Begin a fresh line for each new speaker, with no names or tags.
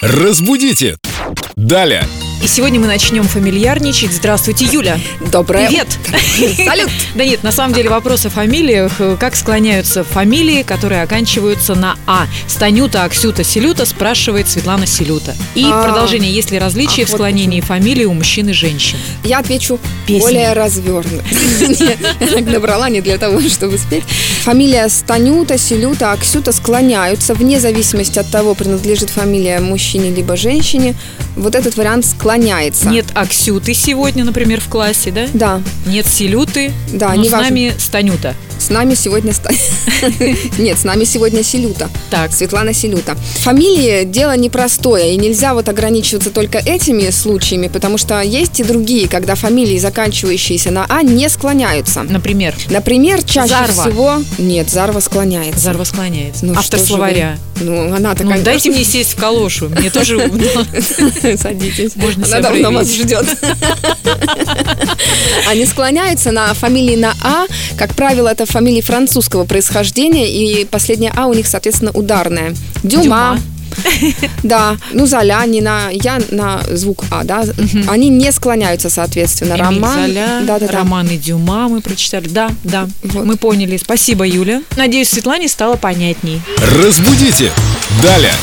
Разбудите! Далее!
И сегодня мы начнем фамильярничать. Здравствуйте, Юля.
Доброе
Привет.
утро. Салют.
Да нет, на самом деле вопрос о фамилиях. Э, Как склоняются фамилии, которые оканчиваются на А? Станюта, Аксюта, Селюта спрашивает Светлана Селюта. И
А.
продолжение. Есть ли различия
А,
в
вот
склонении фамилии у мужчин и женщин?
Я отвечу
Песня.
более развернуто. Я так набрала не для того, чтобы спеть. Фамилия Станюта, Селюта, Аксюта склоняются вне зависимости от того, принадлежит фамилия мужчине либо женщине. Вот этот вариант склоняется.
Нет Аксюты сегодня, например, в классе, да?
Да,
Нет Селюты,
да,
но
не
с нами Станюта.
С нами сегодня... Ста- Нет, с нами сегодня Селюта.
Так,
Светлана Селюта. Фамилии – дело непростое, и нельзя вот ограничиваться только этими случаями, потому что есть и другие, когда фамилии, заканчивающиеся на «а», не склоняются.
например,
Например, чаще
Зарва.
всего... Нет, Зарва склоняется.
Зарва склоняется.
Ну,
Автор
что же
словаря.
Ну, она-то,
Ну,
конечно,
дайте мне сесть в калошу. Мне тоже удалось.
Садитесь.
Можно
Она
себя
давно
проявить.
вас ждет. Они склоняются на фамилии на А. Как правило, это фамилии французского происхождения, и последняя А у них, соответственно, ударная.
Дюма.
Дюма. Да, ну Золя, не на я на звук А, да. Они не склоняются, соответственно.
Эмиль
Роман,
Золя,
да, да, да.
романы Дюма мы прочитали. Да, да,
Вот.
мы поняли. Спасибо, Юля. Надеюсь, Светлане стало понятней.
Разбудите! Далее!